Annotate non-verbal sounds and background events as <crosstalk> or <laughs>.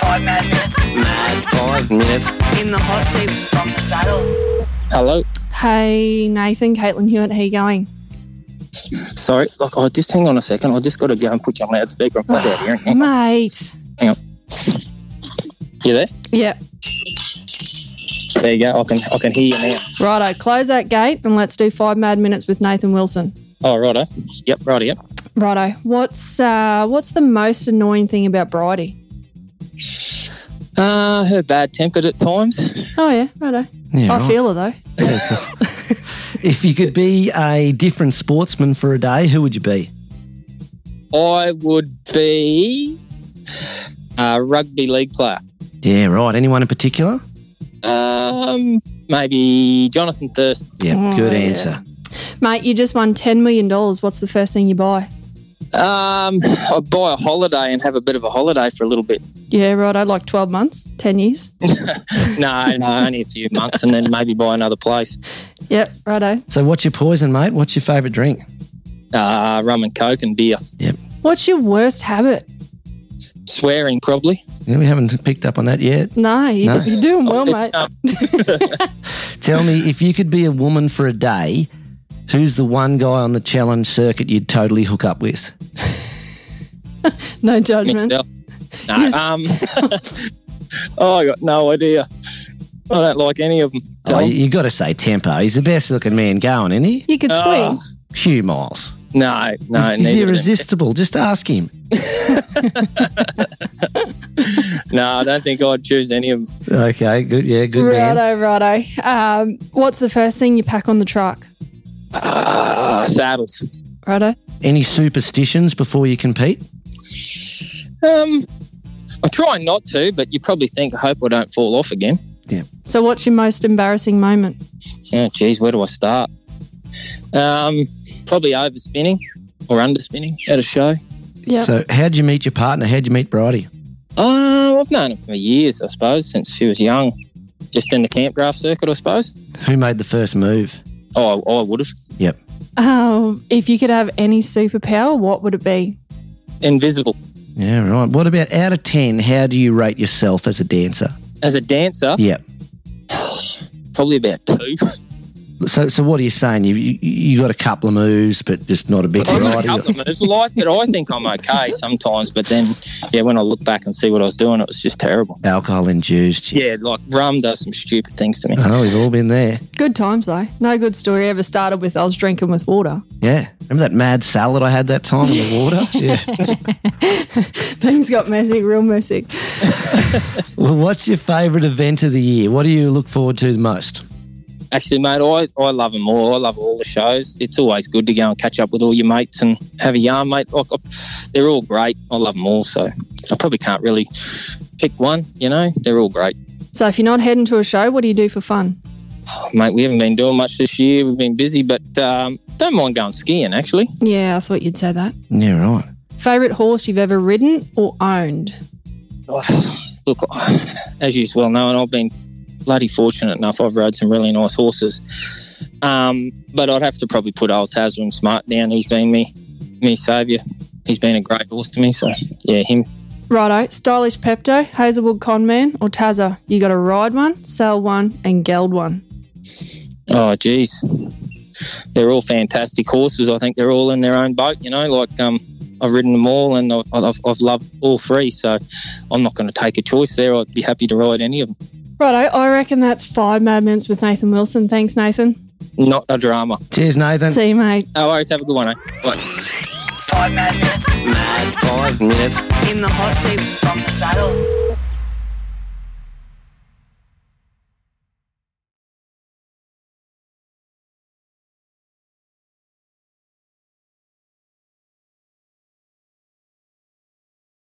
five mad minutes Mad five minutes. in the hot seat. from the saddle. Hello. Hey, Nathan, Caitlin Hewitt, how you going? Sorry. Look, oh, just hang on a second. I just got to go and put you on loudspeaker and play out here. Hang <sighs> on. Mate. You there? Yep. There you go. I can I can hear you now. Righto, close that gate and let's do five mad minutes with Nathan Wilson. Oh, righto. Yep, righto. Yep. Righto. What's uh, what's the most annoying thing about Bridie? Uh, her bad tempered at times. Oh yeah, righto. Yeah, I right. feel her though. <laughs> If you could be a different sportsman for a day, who would you be? I would be a rugby league player. Yeah, right. Anyone in particular? Um, maybe Jonathan Thurston. Yeah, Oh, good yeah. answer. Mate, you just won ten million dollars. What's the first thing you buy? Um, I'd buy a holiday and have a bit of a holiday for a little bit. Yeah, righto, like twelve months, ten years. No, no, only a few months and then maybe buy another place. Yep, righto. So, what's your poison, mate? What's your favourite drink? Uh, rum and coke and beer. What's your worst habit? Swearing, probably. Yeah, we haven't picked up on that yet. No, you No. d- you're doing <laughs> well, mate. Tell me, if you could be a woman for a day, who's the one guy on the challenge circuit you'd totally hook up with? No judgment. No, no, Yes. um, <laughs> oh, I got no idea. I don't like any of them. Oh, you, you got to say Tempo. He's the best looking man going, isn't he? You could swing. Ah. Hugh Miles. no, no, he's, he's neither of them. irresistible. Just ask him. No, I don't think I'd choose any of them. Okay, good. Yeah, good man. righto, righto. Um, what's the first thing you pack on the truck? Uh, saddles. Righto. Any superstitions before you compete? Um, I try not to, but you probably think, I hope I don't fall off again. So, what's your most embarrassing moment? Yeah, geez, where do I start? Um, probably overspinning or underspinning at a show. Yeah. So, how'd you meet your partner? How'd you meet Bridie? Uh, I've known her for years, I suppose, since she was young. Just in the campgraph circuit, I suppose. Who made the first move? Oh, I, I would have. um, if you could have any superpower, what would it be? Invisible. Yeah, right. What about out of 10, how do you rate yourself as a dancer? As a dancer, Yeah. <sighs> probably about two. So, so what are you saying? You, you you got a couple of moves, but just not a <laughs> big I've got a variety. couple of moves life, but I think I'm okay sometimes. But then, yeah, when I look back and see what I was doing, it was just terrible. Alcohol induced. Yeah, like rum does some stupid things to me. I know we've all been there. Good times, though. No good story ever started with I was drinking with water. <laughs> Yeah. Remember that mad salad I had that time in the water? Yeah. Things got messy, real messy. Well, what's your favourite event of the year? What do you look forward to the most? Actually, mate, I, I love them all. I love all the shows. It's always good to go and catch up with all your mates and have a yarn, mate. Like, I- they're all great. I love them all. So I probably can't really pick one, you know? They're all great. So, if you're not heading to a show, what do you do for fun? Oh, mate, we haven't been doing much this year. We've been busy, but um, don't mind going skiing, actually. Yeah, I thought you'd say that. Yeah, right. Favorite horse you've ever ridden or owned? Oh, <sighs> Look, as you well know, and I've been bloody fortunate enough, I've rode some really nice horses. Um, but I'd have to probably put old Tasman Smart down. He's been me, me saviour. He's been a great horse to me. So, yeah, him. Righto, stylish Pepto, Hazelwood Conman, or Tazza. You got to ride one, sell one, and geld one. Oh, geez. They're all fantastic horses. I think they're all in their own boat, you know. Like, um, I've ridden them all and I've, I've, I've loved all three. So I'm not going to take a choice there. I'd be happy to ride any of them. Righto, I reckon that's five Mad Minutes with Nathan Wilson. Thanks, Nathan. Not a drama. Cheers, Nathan. See you, mate. No worries. Have a good one, eh? Bye. Five mad minutes Five minutes. in the hot seat from the saddle.